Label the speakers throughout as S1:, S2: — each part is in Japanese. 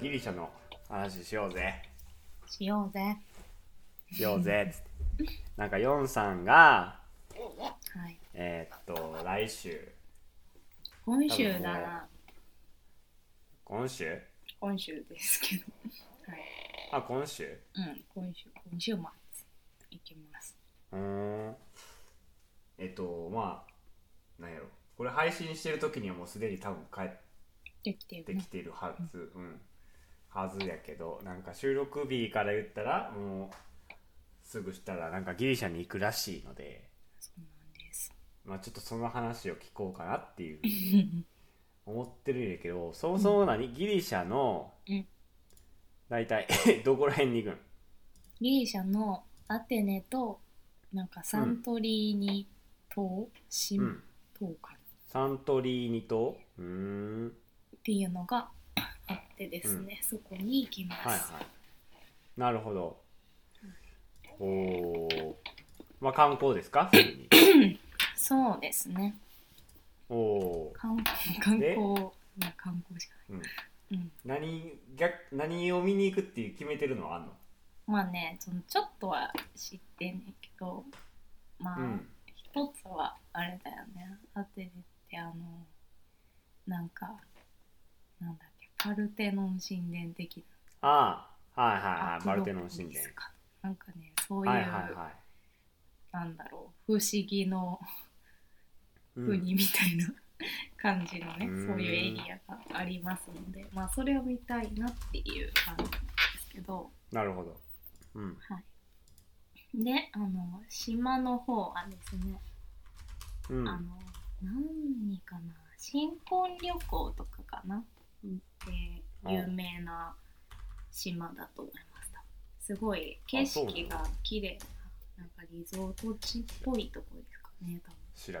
S1: ギリシャの話しようぜ
S2: しようぜ。
S1: しようぜっつってなんかヨンさんが
S2: はい。
S1: えーっと来週
S2: 今週だな。
S1: 今週
S2: 今週ですけど。はい。
S1: あ今週
S2: うん、今週、今週末。行きます。
S1: うーんえっとまあなんやろこれ配信してる時にはもうすでに多分帰っ
S2: できて
S1: て
S2: る
S1: き
S2: ね。
S1: てるはず、うん、はずやけどなんか収録日から言ったらもうすぐしたらなんかギリシャに行くらしいので、
S2: そうなんです。
S1: まあ、ちょっとその話を聞こうかなっていう 思ってるんやけどそもそも何ギリシャの
S2: うん
S1: 大体 どこら辺に行くん
S2: ギリシャのアテネと、なんかサントリーニ島、シ
S1: うん
S2: ン島かな
S1: サントリーニ島うーん
S2: っていうのが あってですね、そこに行きま
S1: はい
S2: す。
S1: はい。なるほど。おお。まあ観光です か？普通に
S2: そうですね。
S1: おおー。
S2: 観観光、まあ観光しか
S1: うん。
S2: ない。うん。
S1: 何逆何を見に行くっていう決めてるのはあんの？
S2: まあね、そのちょっとは知ってんねんけど、まあ、
S1: うん。
S2: 一つはあれだよねアテネってあのなんかなんだっけパルテノン神殿的
S1: ああはい
S2: な
S1: はいはい。バルテノン神
S2: ど
S1: 殿
S2: こです。かなんかねそういう、
S1: はいはいは
S2: なんだろう不思議の
S1: い。うん
S2: 国みたいな 感じのね、
S1: うん
S2: そういうエリアがありますのでまあそれを見たいなっていう感じなんですけど
S1: なるほど。うん。
S2: はいであの島の方はですね
S1: う
S2: あの
S1: ん。
S2: 何かな新婚旅行とかかなで
S1: あ
S2: 有名な島だと思いましたすごい景色が綺麗ななんかリゾート地っぽいとこですかね多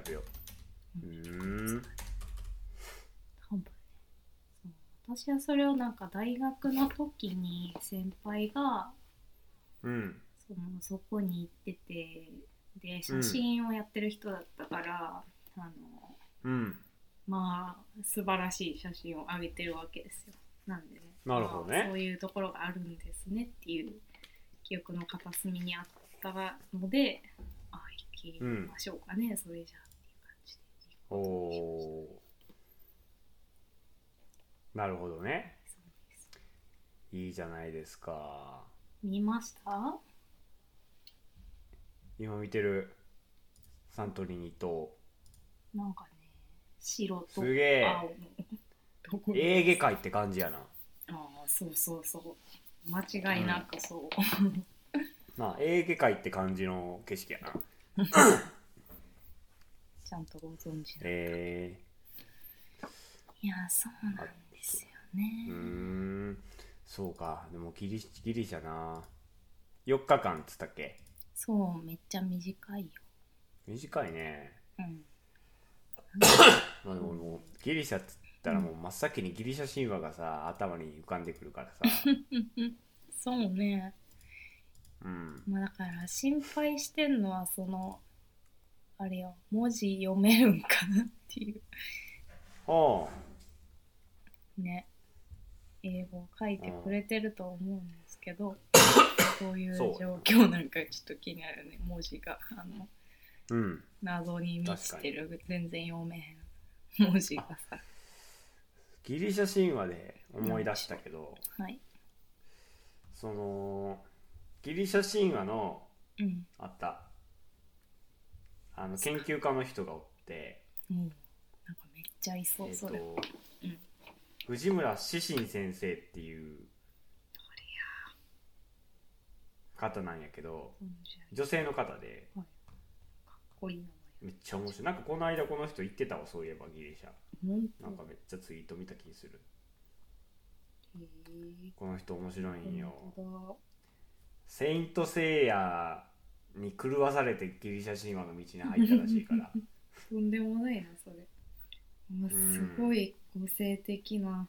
S1: 調べよう。う
S2: 分
S1: ーん。
S2: 多分ねそう私はそれをなんか大学の時に先輩が
S1: うん。
S2: そのそこに行っててで写真をやってる人だったから、あの
S1: うん。
S2: まあ素晴らしい写真を上げてるわけですよ。なんでね。
S1: なるほどね
S2: まあそういうところがあるんですねっていう記憶の片隅にあったので、あ行きましょうかね、それじゃあっていう感じで。
S1: おおー。なるほどね。
S2: そうです
S1: いいじゃないですか。
S2: 見ました？
S1: 今見てるサントリーニ島
S2: なんかね、白と
S1: す
S2: 青の
S1: げえ
S2: ところ
S1: エーゲ海って感じやな
S2: ああ、そうそうそう。間違いなくそう。
S1: なあエーゲ海って感じの景色やな
S2: ちゃんとご存知で。
S1: え
S2: いや、そうなんですよね
S1: ー、うー。んそうかでもギリギリシャな4日間っつったっけ
S2: そう、めっちゃ短いよ。
S1: 短いね
S2: うん。
S1: まあでももうギリシャっつったらもう真っ先にギリシャ神話がさ頭に浮かんでくるからさ
S2: そうね、
S1: うん
S2: まあ、だから心配してんのはそのあれよ文字読めるんかなってい
S1: おう
S2: うね英語を書いてくれてると思うんですけど、そういう
S1: そう
S2: 状況なんかちょっと気になるね文字があの
S1: うん
S2: 謎に満ちてる全然読めへん文字がさ
S1: ギリシャ神話で思い出したけど
S2: はい
S1: そのギリシャ神話の
S2: うん
S1: あったあの研究家の人がおって
S2: もうなんかめっちゃいそう
S1: えっ
S2: そ
S1: と
S2: れ、うん
S1: 藤村志信先生っていう方なんやけど
S2: 面白い
S1: 女性の方で
S2: かっこいい名
S1: めっちゃ面白いなんかこの間この人行ってたわそういえばギリシャ
S2: 前
S1: な
S2: ほん
S1: ん
S2: と
S1: かめっちゃツイート見た気する
S2: へえ
S1: この人面白いんよ
S2: 本当だ
S1: 「セイント・セイヤ」に狂わされてギリシャ神話の道に入ったらしいから
S2: とんでもないなそれもうすごい個性的な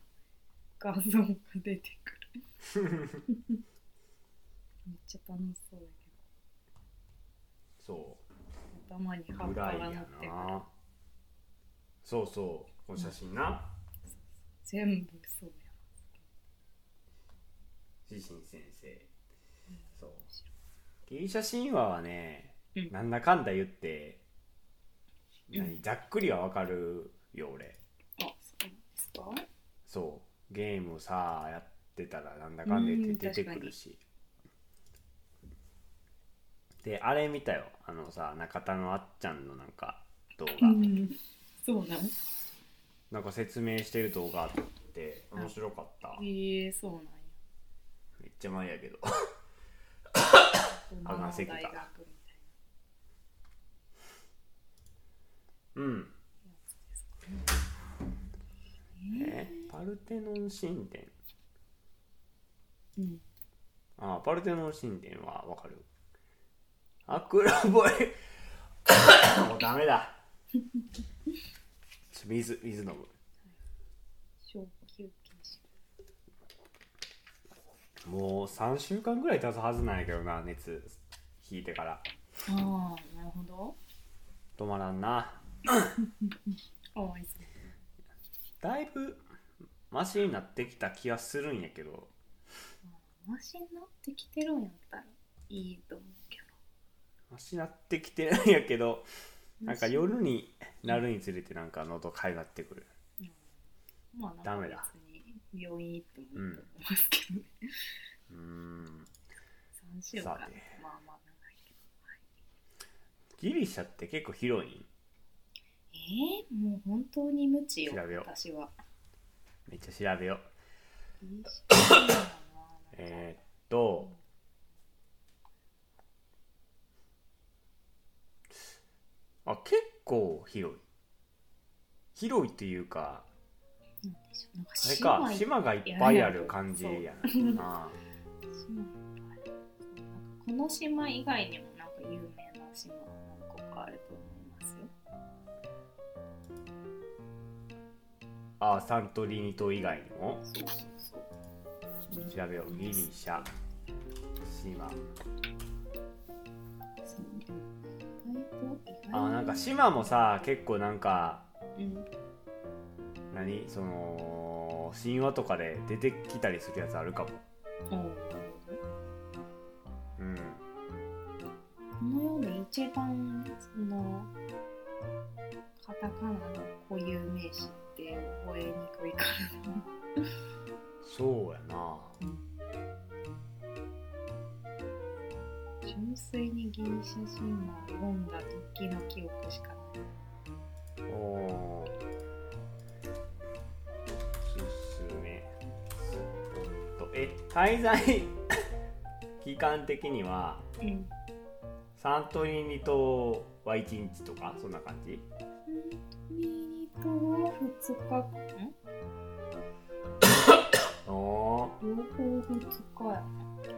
S2: 画像が出てくるめっちゃ楽しそうだ
S1: そう
S2: けど頭に葉っ
S1: ぐ
S2: ぱ
S1: らい
S2: が乗
S1: や
S2: ってる
S1: なそうそうこの写真な、
S2: 全部そうや
S1: シシン先生そうギリシャ神話はね、
S2: うん
S1: なんだかんだ言って
S2: うん
S1: 何ざっくりはわかるよ俺
S2: あそうですか
S1: そうゲームさやってたらなんだかんだ言って
S2: うん
S1: 出てくるしであれ見たよあのさ中田のあっちゃんのなんか動画、
S2: うんそうなん
S1: なんか説明してる動画あって面白かった、
S2: へえそうなんや
S1: めっちゃ前やけど
S2: 馬の大
S1: 汗
S2: 学み
S1: か
S2: た
S1: い
S2: い
S1: た
S2: なや
S1: うん
S2: つですか
S1: え
S2: ね
S1: パルテノン神殿
S2: えうん
S1: ああパルテノン神殿はわかるアクロボイ もうダメ だちょ水水飲む
S2: 小休憩し
S1: もう3週間ぐらい経つはずなんやけどな熱引いてから
S2: ああなるほど
S1: 止まらんな
S2: ああいいですね
S1: だいぶマシになってきた気はするんやけど
S2: マシになってきてるんやったらいいと思うけ
S1: マシになってきてるんやけど
S2: ど
S1: なんか夜になるにつれてなんか喉かゆなってくる
S2: うんまあなんか
S1: ダメだ
S2: 別に病院行ってもいいと思いますけどね、
S1: うーん
S2: 3週間
S1: さて
S2: まあまあ長いけどはい
S1: ギリシャって結構広いん
S2: えー、もう本当に無知よ
S1: 調べよう
S2: 私 は
S1: めっちゃ調べよう
S2: いいしなんか
S1: えー、っとあ結構広い広いっていうか
S2: なんでしょうなんか
S1: あれか
S2: 島
S1: 島がいっぱいある感じや
S2: そう
S1: な あ
S2: 島いっぱいあるそうなんかこの島以外にもなんか有名な島が何個かあると思いますよ
S1: ああサントリーニ島以外にも
S2: そうそうそう
S1: 調べようギリシャ島
S2: そう意外と意外
S1: あなんか島もさ結構なんか
S2: うん
S1: 何その神話とかで出てきたりするやつあるかも
S2: こ
S1: うん
S2: の世で一番そのカタカナの固有名詞って覚えにくいから
S1: そうやな
S2: 純粋にギリシャ神話を読んだ時の記憶しかない
S1: おーすすめとえ滞在期間的には
S2: うん
S1: サントリーニ島は1日とかそんな感じ
S2: ミートは2日間
S1: おお
S2: 両方2日や
S1: ー、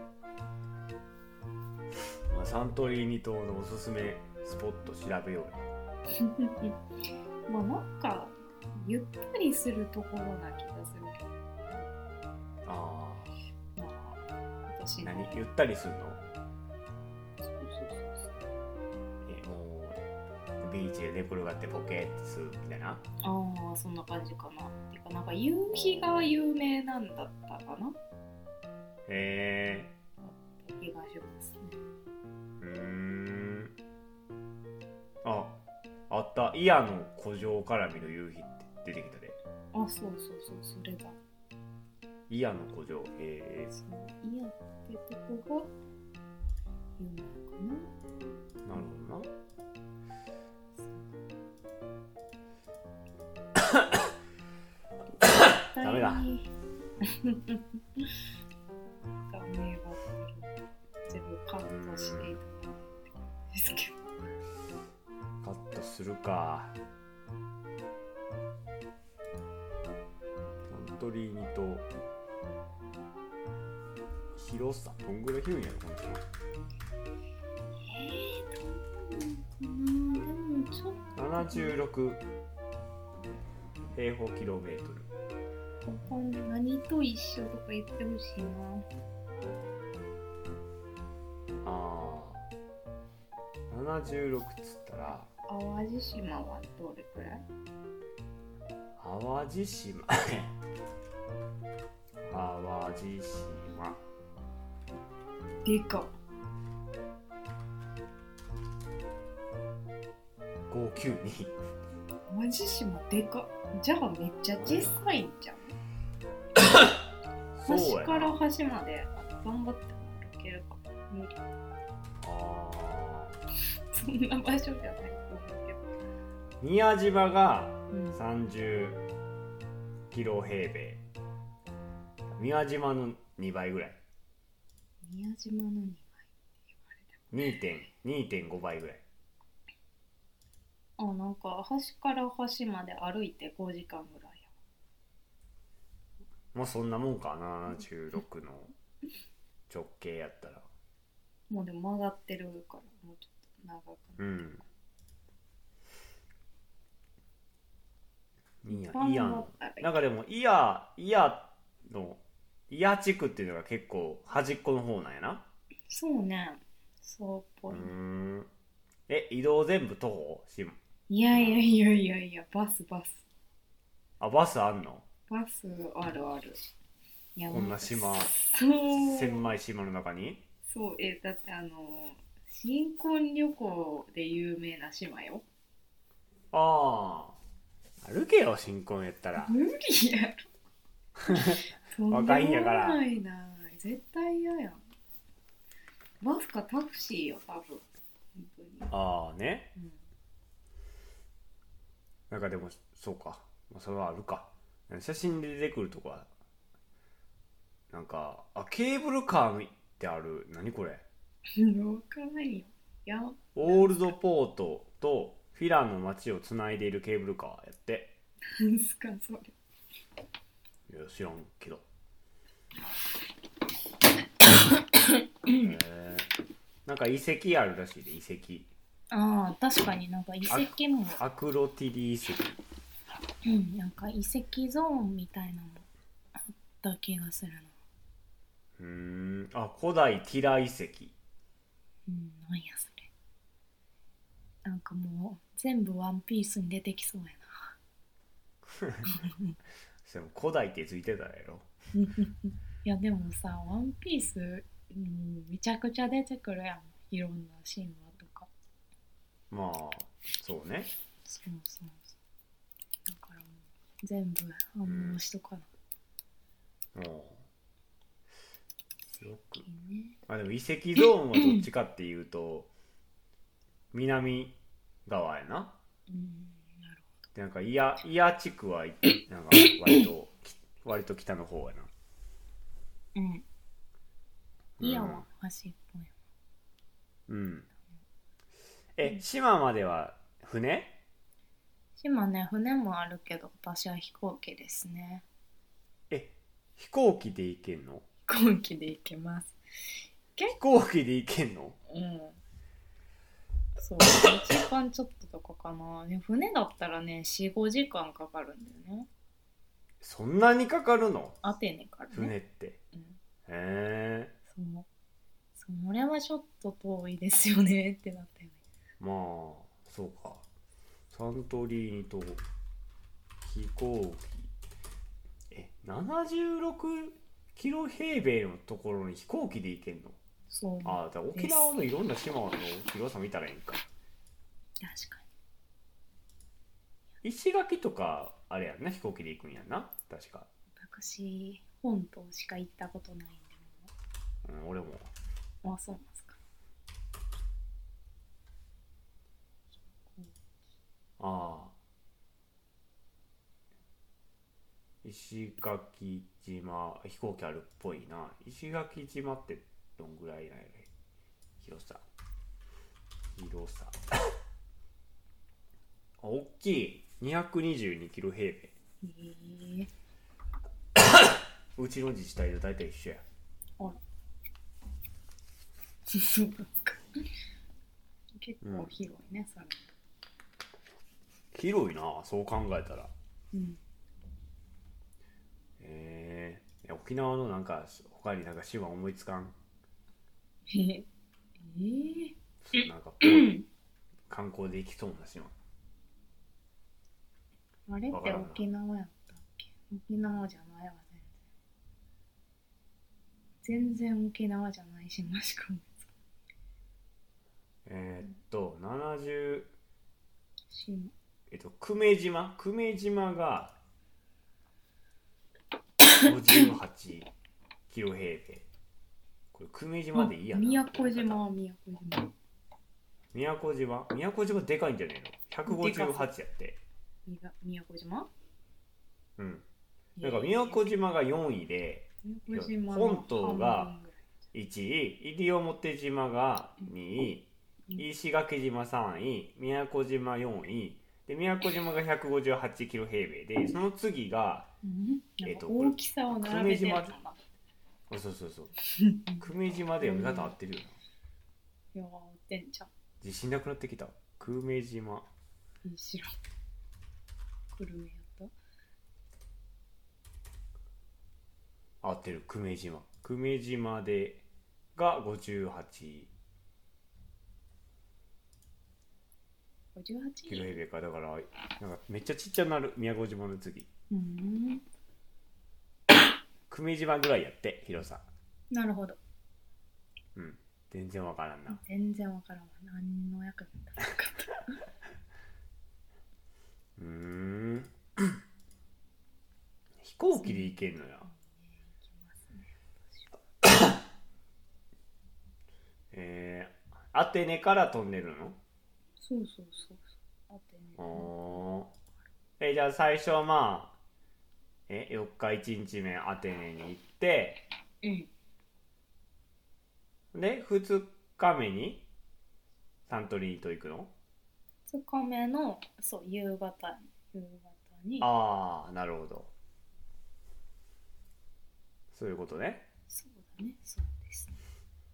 S1: まあ、サントリーニ島のおすすめスポット調べようよ
S2: まあなんかゆったりするところな気がするけ
S1: あ
S2: どまあ私
S1: あ
S2: の
S1: 何ゆったりするの
S2: そうそうそうそう
S1: えもうビーチで寝転がってポケッとするみたいな
S2: ああそんな感じかなてかなんか夕日が有名なんだったかな
S1: へ
S2: 気がしますね
S1: えうーんああった祖谷の古城から見る夕日って出てきたで
S2: あそうそうそうそれだ
S1: 祖谷の古城へ
S2: そのイヤってとこが有名かな
S1: えなるほどなダメだ
S2: 絶対にダメが全部カットしていただいて感じですけど
S1: カットするかサントリーニと広さどんぐらい広いんやろこの島
S2: えー、どうなのかなでもちょっ
S1: 76平方キロメートル
S2: とここに何と一緒とか言ってほしいな
S1: ああ76っつったら
S2: 淡路島はどれくらい
S1: 淡路島淡路島
S2: でか
S1: 592
S2: マジ島でかじゃあめっちゃ小さいんじゃん端
S1: そうや
S2: から
S1: な
S2: 端まで頑張って歩けるか無理
S1: あー
S2: そんな場所じゃないと思うけど
S1: 宮島が
S2: うん
S1: 30キロ平米宮島の2倍ぐらい
S2: 宮島の2倍って言われて
S1: 2.2.5倍ぐらい
S2: もあなんか端から端まで歩いて5時間ぐらいや
S1: まあそんなもんかな16の直径やったら
S2: もうでも曲がってるからもうちょっと長く
S1: う
S2: なる
S1: んいいや
S2: 一般
S1: いいや
S2: だ
S1: ん
S2: ったらいい
S1: なんかでもイヤイヤのイヤ地区っていうのが結構端っこの方なんやな
S2: そうねそうっぽ
S1: う
S2: いね、
S1: んえ移動全部徒歩し
S2: いやいやいやいやいやバスバス
S1: あバスあんの
S2: バスあるあるいや
S1: こんな島
S2: そう
S1: 狭い島の中に
S2: そうえだってあの新婚旅行で有名な島よ
S1: ああ歩けよ新婚やったら
S2: 無理やろとんでも
S1: 若いんやから
S2: ないな絶対嫌やんバスかタクシーよ多分本当に、
S1: ああね
S2: うん、
S1: なんかでもそうか、まあ、それはあるか写真で出てくるとこはなんかあケーブルカーってある何これ
S2: 分かん ないよいや
S1: オールドポートとフィランの街をつないでいるケーブルカーやって
S2: なんすかそれ
S1: いや知らんけどへえなんか遺跡あるらしいで遺跡
S2: ああ確かになんか遺跡も
S1: アクロティリ遺跡
S2: うんなんか遺跡ゾーンみたいなのもあった気がするな
S1: うーんあ古代ティラ遺跡
S2: うん、なんやそれ。なんかもう全部ワンピースに出てきそうや
S1: でも古代ってついてたやろ
S2: な。いやでもさ、ワンピース、うん、めちゃくちゃ出てくるやん。いろんな神話とか。
S1: まあそうね
S2: そうそうそう。だからもう全部反応しとか
S1: も
S2: な
S1: うよく
S2: きゃね。
S1: まあでも遺跡ゾーンはどっちかっていうと南側やな
S2: うん、なる
S1: でなんかイヤイヤ地区はなんか割とき割と北の方やな
S2: ほど。うん。イヤ
S1: うん
S2: は端っぽやな。
S1: うんえ島までは船
S2: 島ね、船もあるけど、私は飛行機ですね。
S1: え飛行機で行けんの
S2: 飛行機で行けます。
S1: 飛行機で行けんの
S2: うん。そう、1時間ちょっととかかな。ね、船だったらね、4、5時間かかるんだよね。
S1: そんなにかかるの
S2: アテネから
S1: 船
S2: ね。
S1: って
S2: うん、
S1: へえ
S2: そう。それはちょっと遠いですよね ってなったよね。
S1: まあそうかサントリーニと飛行機え76キロ平米のところに飛行機で行けんの
S2: そう。確
S1: ああだから沖縄のいろんな島の広さ見たらいいんか
S2: か
S1: 石垣とかあれやんな飛行機で行くんやんな確か、
S2: に。私、本島しか行ったことないんで、
S1: うん、俺も
S2: もう。あ、そうなんですか。
S1: ああ石垣島飛行機あるっぽいな石垣島ってどんぐらいなんやね広さ広さあ大きい222キロ平米
S2: へえ
S1: うちの自治体と大体一緒や
S2: ー。そうなんか。結構広いね、それ。
S1: 広いなそう考えたら
S2: うん。
S1: えーいや、沖縄のなんか他になんか島思いつかん
S2: へえ。えー。
S1: なんかこう観光で行きそうな島
S2: あれっ
S1: わか
S2: て
S1: らんな
S2: 沖縄やったっけ沖縄じゃないわ、全全然沖縄じゃないしなしかも
S1: えーっと70
S2: 島
S1: えっと久米島久米島が58キロ平米これ久米島でいいやな
S2: 宮古島は宮古島
S1: 宮古島宮古島でかいんじゃねえの158やって
S2: みが宮古島
S1: うんなんか宮古島が4位で
S2: 宮古島の
S1: 本島が1位西表島が2位
S2: うん
S1: 石垣島3位宮古島4位で宮古島が158キロ平米でその次が
S2: うんなん
S1: えっ
S2: か
S1: と
S2: 大きさを並べてるのが
S1: 久あそうそうそう 久米島で読み方合ってるよな
S2: よーってんちゃん
S1: 自信なくなってきた久米島
S2: いいしろ久留米やった
S1: 合ってる久米島久米島でが58キロ
S2: 58?
S1: 平米かだからなんかめっちゃちっちゃなる宮古島の次
S2: うん
S1: 久米島ぐらいやって広さ
S2: なるほど
S1: うん全然わからんな
S2: 全然わからんわ何の役に立たなかった
S1: うーん 飛行機で行けんのや
S2: いきますね
S1: えー、アテネから飛んでる
S2: そうそうそうそうあてね
S1: のおーえじゃあ最初はまあえ4日1日目アテネに行って
S2: うん
S1: で2日目にサントリーと行くの
S2: 2日目のそう夕方夕方に
S1: ああなるほどそういうことね
S2: そうだねそうですね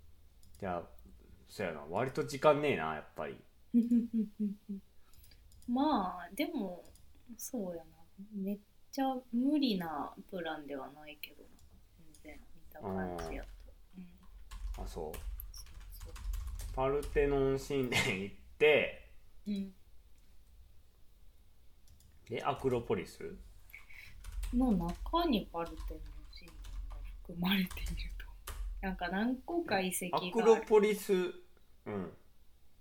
S1: じゃあそやな割と時間ねえなやっぱり
S2: まあでもそうやなめっちゃ無理なプランではないけどな全然見た感じやと、うん、
S1: あそう
S2: そうそう
S1: パルテノン神殿行って
S2: うん、
S1: でアクロポリス
S2: の中にパルテノン神殿が含まれていると なんか何個か遺跡
S1: ア
S2: が
S1: ク
S2: あ
S1: ロ
S2: る
S1: ポリスうん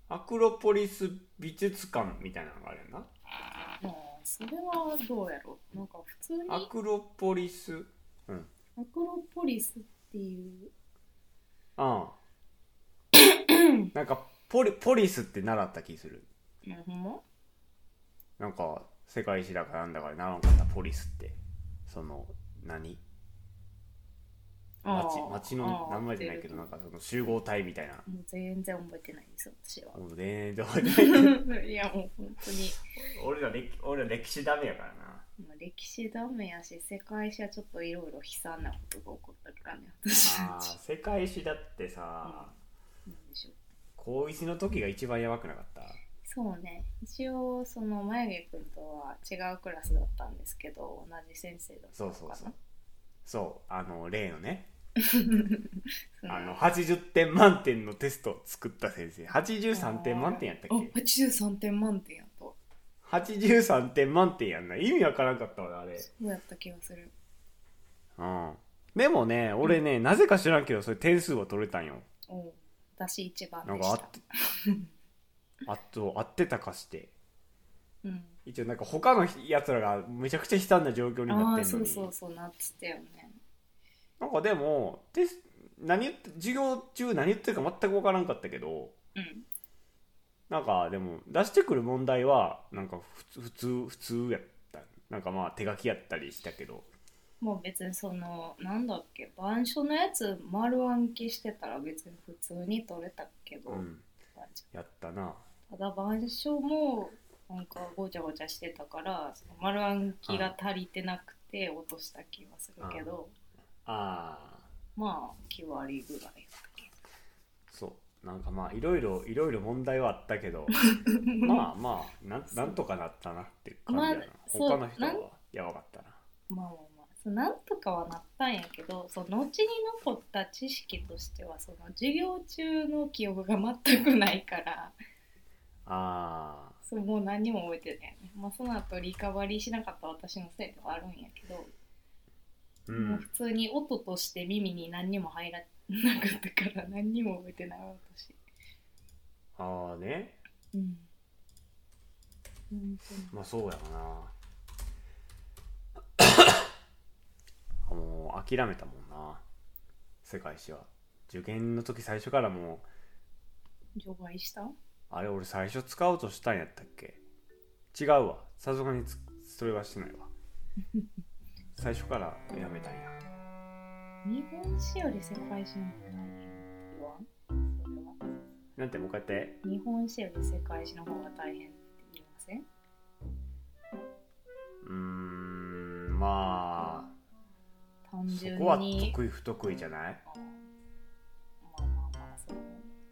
S1: アクロポリス美術館みたいなのがあるやんな
S2: まあそれはどうやろうなんか普通に
S1: アクロポリス
S2: アクロポリスっていう
S1: ああなんかポリポリスって習った気する
S2: なほんま
S1: なんか世界史だかなんだかで習わんかったポリスってその何町町の名前じゃないけどなん
S2: か
S1: かその集合体みたいな
S2: もう全然覚えてないです私は
S1: もう全然覚えてない
S2: いやもう本当に
S1: 俺ら歴俺ら歴史ダメやからな
S2: まあ歴史ダメやし世界史はちょっといろいろ悲惨なことが起こったからね私
S1: あ
S2: た
S1: あ
S2: ち
S1: 世界史だってさ、
S2: なんでしょう
S1: 高一の時が一番やばくなかった
S2: そうね一応その眉毛くんとは違うクラスだったんですけど同じ先生だった
S1: そ
S2: の
S1: う
S2: か
S1: そう
S2: な
S1: そうそうあの例のね
S2: そ
S1: あの80点満点のテストを作った先生83点満点やったっけ
S2: あ83点満点やと
S1: 83点満点やんな意味わからんかったわあれ
S2: そうやった気がする
S1: うんでもね俺ね、なぜか知らんけどそれ点数は取れたんよ
S2: おう私一番で
S1: なん
S2: し
S1: か
S2: た
S1: あってあと合ってたかして
S2: うん、
S1: 一応なんか他のやつらがめちゃくちゃ悲惨な状況にな
S2: あ
S1: って
S2: あー
S1: んの
S2: そう
S1: に
S2: そうそうなってたよね
S1: なんかでもテス何言って授業中何言ってるか全くわからんかったけど
S2: うん
S1: なんかでも出してくる問題はなんか普通普通普通やったなんかまあ手書きやったりしたけど
S2: もう別にそのなんだっけ板書のやつ丸暗記してたら別に普通に取れたけど、
S1: うんやったな
S2: ただ板書もなんかごちゃごちゃしてたからその丸暗記が足りてなくて落とした気がするけど、
S1: ああ
S2: まあ9割ぐらいだけ
S1: そうなんかまあいろいろいろいろ問題はあったけどまあまあなんなんとかなったなっていう感じやな、
S2: まあそう
S1: 他の人は
S2: なん
S1: やばかったな
S2: まあまあまあそうなんとかはなったんやけどその後に残った知識としてはその授業中の記憶が全くないから
S1: あ
S2: そうもう何も覚えてないよね、まあ、その後リカバリーしなかった私のせいではあるんやけど
S1: うん
S2: もう普通に音として耳に何にも入らなかったから何にも覚えてない私。
S1: ああね
S2: うん。本当に
S1: まあそうやろな もう諦めたもんな世界史は受験の時最初からもう
S2: 除外した
S1: あれ俺最初使おうとしたんやったっけ違うわさすがにつそれはしてない わ最初からやめたんや
S2: 日本史より世界史の方が大変って言わんそれは
S1: なんてもう一回やって
S2: 日本史より世界史の方が大変って言いません
S1: うーんま
S2: 単
S1: あそ
S2: 純
S1: こは
S2: に
S1: 得意不得意じゃない
S2: あまあまあまあそう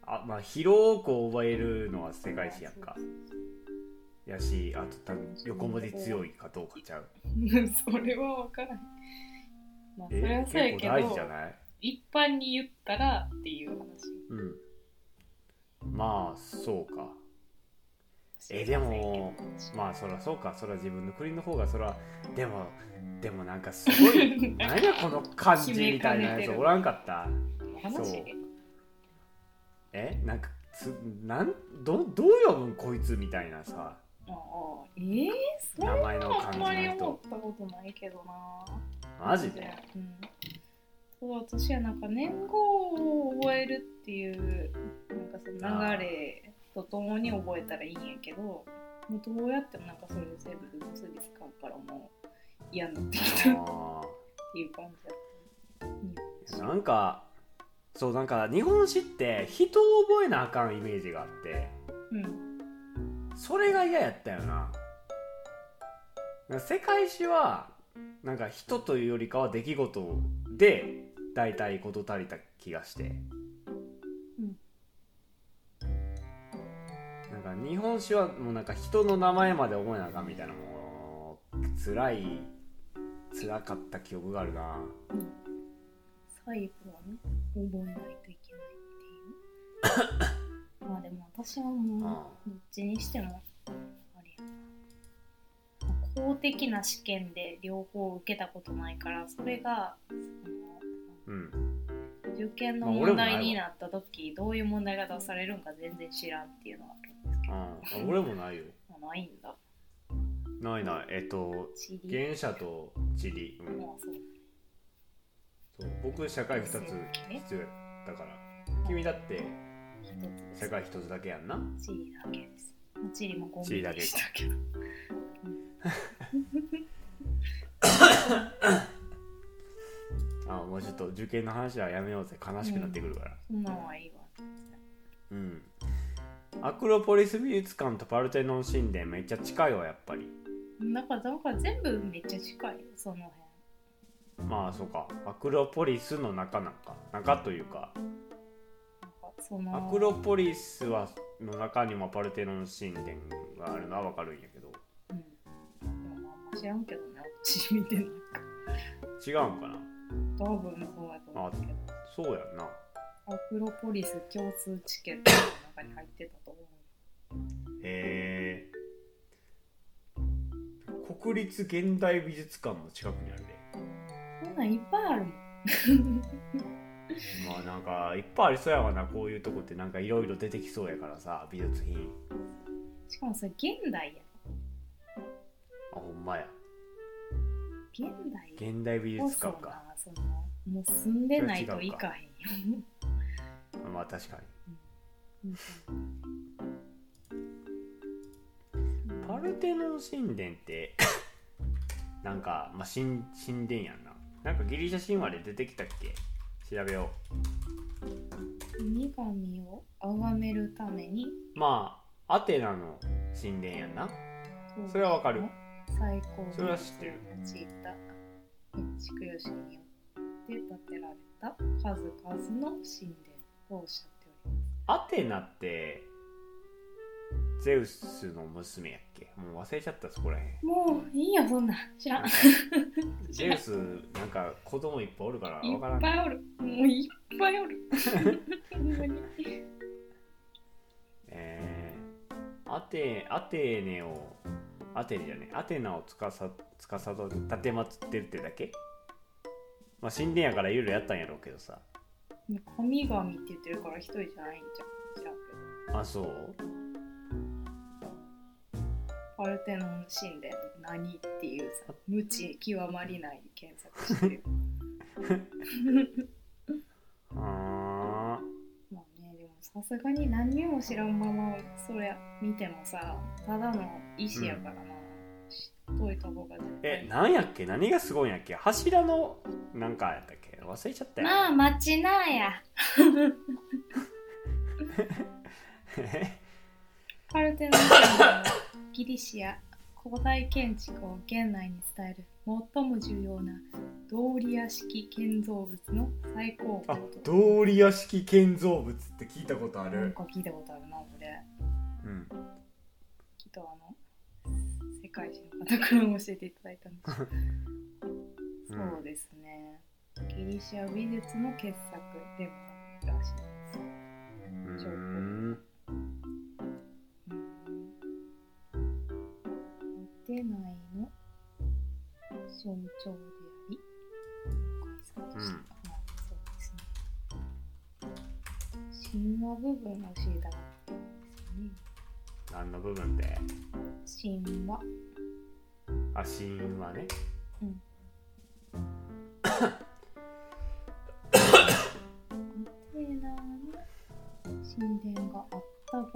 S1: あまあ広く覚えるのは世界史やんかやしあと多分横文字強いかどうかちゃう
S2: それは分からんまあそ
S1: え
S2: れはそうや
S1: 結構
S2: けど
S1: 大事じゃない
S2: 一般に言ったらっていう話
S1: うんまあそうかえでもまあそらそうかそら自分の国の方がそらでもでもなんかすごい何やこの感じみたいなやつおらんかった
S2: 話
S1: そう
S2: で
S1: えなんかつなんどどう読むんこいつみたいなさ
S2: ああえー、それ
S1: 名
S2: は
S1: 前の
S2: あ
S1: 感
S2: ん
S1: じ
S2: まり
S1: の
S2: 思
S1: 人
S2: ったことないけどな
S1: マジ で
S2: うん、そう私はなんか年号を覚えるっていうなんかその流れとともに覚えたらいいんやけどもうどうやってもなんかそれ全部結びつかんからもう嫌になってきたっ
S1: あー
S2: ていう感じだった
S1: なんかそうなんか日本史って人を覚えなあかんイメージがあって
S2: うん
S1: それが嫌やったよななんか世界史はなんか人というよりかは出来事で大体事足りた気がして、
S2: うん
S1: なんか日本史はもうなんか人の名前まで覚えなあかんみたいなもう辛い辛かった記憶があるな
S2: 最後はね覚えないといけない っていうまあでも私はもうどっちにしてもあれやな公的な試験で両方受けたことないからそれがその
S1: うん
S2: 受験の
S1: まあ俺
S2: 問
S1: もないわ
S2: 題になった時どういう問題が出されるんか全然知らんっていうのはあるんですけど
S1: うん、俺もないよ
S2: まあないんだ
S1: ないないえっと
S2: 地理
S1: 原社と地理、うん
S2: もうそう
S1: そう僕社会2つ必要やったから君だって
S2: 一つです
S1: 社会1つだけやんな
S2: 地理だけですまあ地理もゴ
S1: 地
S2: ミ
S1: 理だけ
S2: でしたけど
S1: あもうちょっと受験の話はやめようぜ悲しくなってくるから
S2: そんなんはいいわ
S1: うん、アクロポリス美術館とパルテノン神殿めっちゃ近いわやっぱり
S2: だからだから全部めっちゃ近いよその辺
S1: まあそうかアクロポリスの中なんか中というか
S2: なんかその
S1: アクロポリスはの中にもパルテノン神殿があるのはわかるんやけど
S2: うんでもまああんま知らんけどね私見てないから
S1: 違うんかな
S2: 多分そうだと思うけど、
S1: そうやんな
S2: アクロポリス共通チケットの中に入ってたと思
S1: へえ国立現代美術館も近くにあるで
S2: う。そんなんいっぱいあるもん。
S1: まあなんかいっぱいありそうやわなこういうとこってなんかいろいろ出てきそうやからさ美術品
S2: しかもそれ現代や。
S1: あほんまや
S2: 現代
S1: 現代美
S2: こ
S1: 術
S2: そ
S1: 館
S2: な
S1: か、
S2: その、もう住んでないといかへんよ。
S1: まあ確か
S2: うん
S1: にパルテノン神殿って なんか、まあ、神神殿やんななんかギリシャ神話で出てきたっけ調べよ
S2: 神々を崇めるために、
S1: うまあアテナの神殿やんなそれはわかる
S2: 最高の
S1: それは知ってる
S2: 用いた建築様式によって建てられた数々の神殿をおっしゃっております。
S1: アテナってゼウスの娘やっけもう忘れちゃったそこらへん
S2: もういいよ、そんなん。知らん。
S1: ゼウスなんか子供いっぱいおるから
S2: い
S1: わから
S2: っ
S1: ん
S2: ぱいおる。もういっぱいおる。 ほんまに
S1: えー、アテアテネをアテネじゃねえアテナをつかさつかさどる奉ってるってだけまあ神殿やからいろいろやったんやろうけどさ
S2: もう神々って言ってるから一人じゃないんじゃん知らんけど
S1: あそう
S2: パルテノン神殿何っていう さ無知極まりない検索してる
S1: あ
S2: まあねでもさすがに何にも知らんままそれ見てもさただの石やからな、しっといとこが絶対
S1: えなんやっけ何がすごいんやっけ柱のなんかやったっけ忘れちゃったよ、
S2: まあ待ちなんやパルテノン神殿はギリシア古代建築を現代に伝える最も重要なドーリア式建造物の最高
S1: あ
S2: 峰と
S1: 道理屋式建造物って聞いたことあ
S2: なん
S1: る
S2: か聞いたことあるなこれ
S1: うん
S2: きっとあの世界史の方からも教えていただいたんですけど
S1: うん
S2: そうですねギリシア美術の傑作でもあるらしいです
S1: うーん
S2: 出ないの象徴であり解散とした、
S1: うん
S2: まあそうですね神話部分を教えたかったんで
S1: 何の部分です
S2: よね神話
S1: あ神話ね
S2: うんテーナーの神殿があったが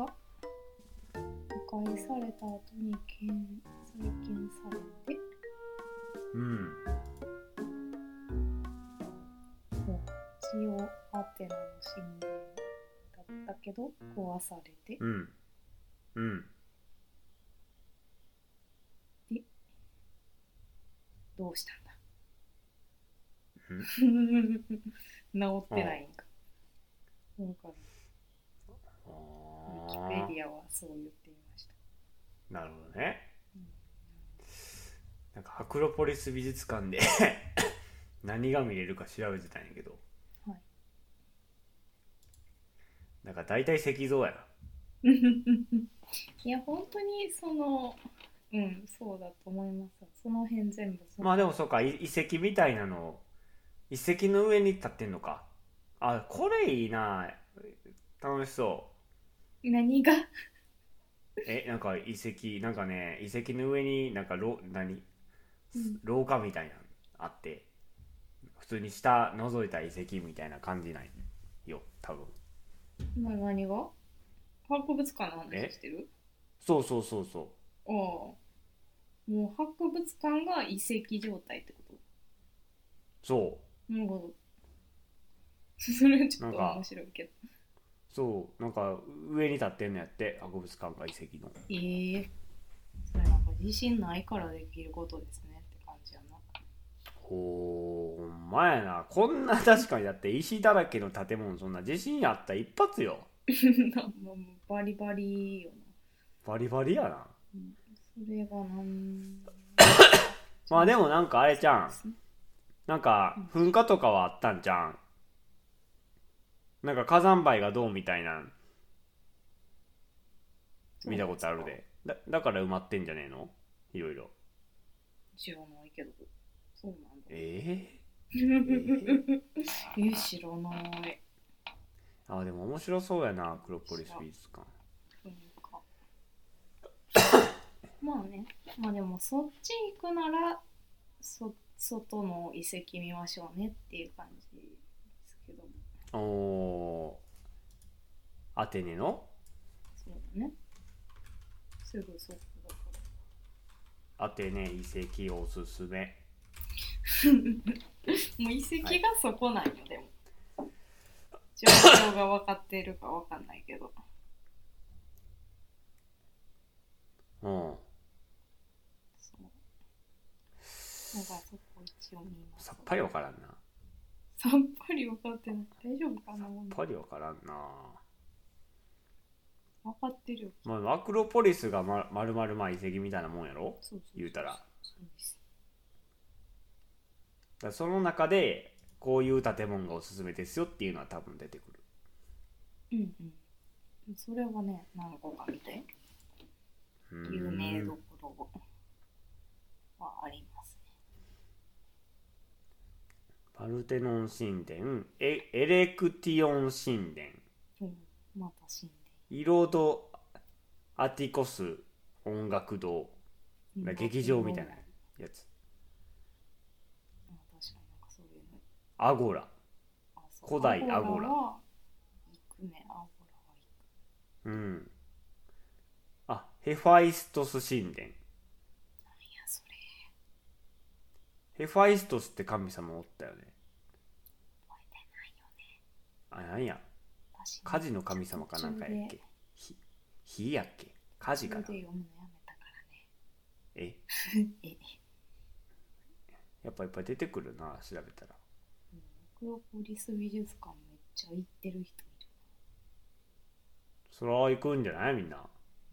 S2: 破壊された後に建再建されて
S1: うん
S2: 一応アテナの神殿だったけど壊されて
S1: うんうん
S2: どうしたんだ
S1: ん
S2: 治ってないんか。なんか、
S1: あ
S2: ウィキ
S1: ー
S2: ペディアはそう言っていました。
S1: なるほどね
S2: うん
S1: なんかアクロポリス美術館で何が見れるか調べてたんやけど、
S2: はい
S1: なんか大体石像やな
S2: いや、本当にその、うん、そうだと思います。その辺全部その、
S1: まあでもそうかい遺跡みたいなのを遺跡の上に立ってんのかあこれいいな楽しそ
S2: 何が、
S1: うえなんか遺跡なんかね遺跡の上になんかろ何
S2: うん
S1: 廊下みたいなのあって普通に下覗いた遺跡みたいな感じなんよ多分
S2: 今何が博物館の話してる
S1: そうそうそうそ
S2: ああ。もう博物館が遺跡状態ってこと
S1: うそう
S2: なんか、それはちょっと
S1: なんか
S2: 面白いけど。
S1: そうなんか上に立ってんのやって博物館が遺跡の
S2: ええそれなんか自信ないからできることですねって感じや な。
S1: ほーんまやなこんな確かにだって石だらけの建物そんな地震あった一発よ
S2: もうバリバリよな。
S1: バリバリやな
S2: うんそれがなん。
S1: まあでもなんかあれちゃん
S2: そうですね
S1: なんか噴火とかはあったんじゃんなんか火山灰がどうみたいなん見たことあるでだだから埋まってんじゃねえのいろいろ
S2: 知らないけど。そうなんだ。
S1: ええ
S2: え、知らない。
S1: あでも面白そうやなアクロポリス美術館
S2: 文化まあねまあでもそっち行くならそ外の遺跡見ましょうねっていう感じですけども
S1: おおーアテネの
S2: そうだねすぐそこだか
S1: アテネ遺跡おすすめ
S2: らもう遺跡がそこなんよ、でも状況が分かっているか分かんないけど
S1: うん
S2: そうだからそこ一応見ます
S1: さっぱりわからんな
S2: さっぱり分かってない大丈夫
S1: さ
S2: かな
S1: っぱりわからんな
S2: 分かってるよ
S1: まあアクロポリスがままるまるまあ遺跡みたいなもんやろ
S2: そうそうそう
S1: 言うたら
S2: そうです
S1: だからその中でこういう建物がおすすめですよっていうのは多分出てくる
S2: うんうん。それはね、何個か見て、
S1: うーん
S2: 有名どころはありますね。
S1: パルテノン神殿エエレクティオン神殿
S2: うん、また死んで
S1: イロドアティコス音楽堂
S2: いい
S1: な劇場みたいな
S2: うん
S1: やつ
S2: 確かになんかそういうの
S1: アゴラ
S2: あそう
S1: 古代アゴラ
S2: は行くねアゴラは行く
S1: うんあヘファイストス神殿
S2: いやそれ
S1: ヘファイストスって神様おったよね
S2: 覚えてないよ
S1: あ
S2: ね
S1: なんや
S2: 私
S1: 火事の神様かなんかやっけひ火やっけ火事
S2: 途
S1: か
S2: 中
S1: な
S2: で読むのやめたからね
S1: え
S2: え
S1: やっぱいっぱい出てくるな調べたら
S2: うんアクロポリス美術館めっちゃ行ってる人い
S1: それは行くんじゃないみんな
S2: る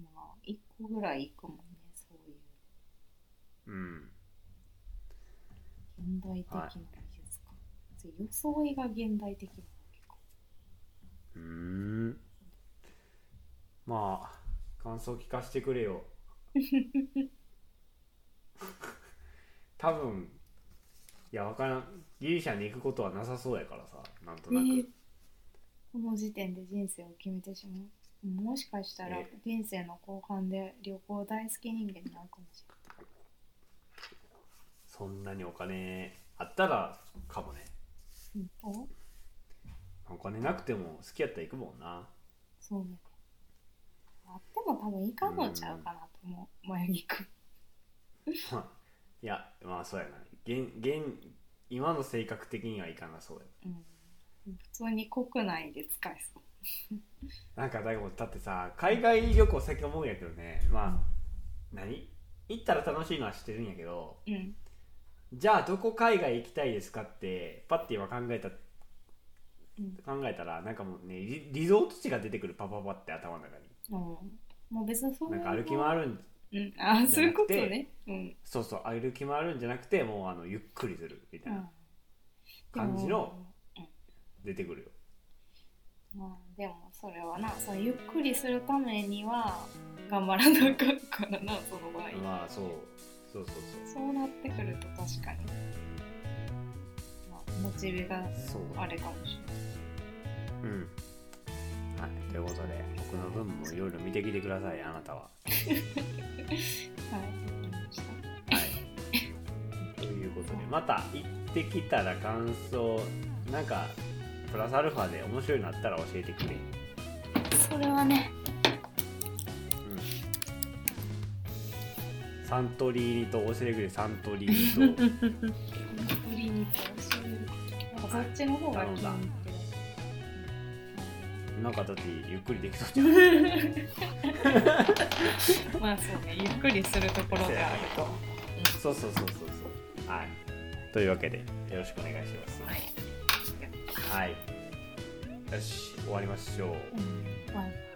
S2: まあ一個ぐらい行くもんねそういう
S1: うん
S2: 現代的な美術館、それ装いが現代的なわけか
S1: うーんまあ感想聞かせてくれ よ多分いやわからんギリシャに行くことはなさそうやからさなんとなく、
S2: ねえこの時点で人生を決めてしまうもしかしたら
S1: え
S2: 人生の後半で旅行大好き人間になるかもしれ
S1: そんなにお金あったらかもね
S2: ない、うん、
S1: お
S2: お
S1: 金なくても好きやったら行くもんな
S2: そうねあっても多分いかんのちゃうかなと思う前木君
S1: まあいやまあそうやな現現今の性格的にはいかなそうや
S2: うん普通に国内で使えそう
S1: なんか大悟だってさ海外旅行先思うんやけどねまあ何行ったら楽しいのは知ってるんやけど
S2: うん
S1: じゃあどこ海外行きたいですかってパッて今考えた
S2: うん
S1: 考えたらなんかもうねリリゾート地が出てくるパパパって頭の中に
S2: うんもう別にそうい
S1: なん
S2: う
S1: か歩き回るん
S2: うんあそういうこと
S1: じゃなく
S2: ねうん、
S1: そうそう歩き回るんじゃなくてもうあのゆっくりするみた
S2: う
S1: い
S2: ん
S1: な、感じ
S2: で
S1: の
S2: も
S1: 出てくるよ
S2: まあでもそれはなそのゆっくりするためには頑張らなかったからなその場合、
S1: まあそうそうそう
S2: そうなってくると確かに、まあ、モチベが
S1: そうそう
S2: あれかもしれない
S1: うん。はい、ということで、僕の分もいろいろ見てきてください、あなたは。
S2: はいわかりまし
S1: と
S2: た
S1: いうことで、また行ってきたら感想、なんか、プラスアルファで面白いのあったら教えてくれ。
S2: それはね
S1: うん。サントリーニと教えてくれ、サントリー ニと。
S2: 売りに行ったらそういうなんかそっちの方が気に入ってる
S1: なんかだってゆっくりできそう
S2: まあそうねゆっくりするところがあるとは
S1: そうそうそうそうそう。はい。というわけで、よろしくお願いします。
S2: い、
S1: はい。よし、終わりましょう。
S2: うん、はい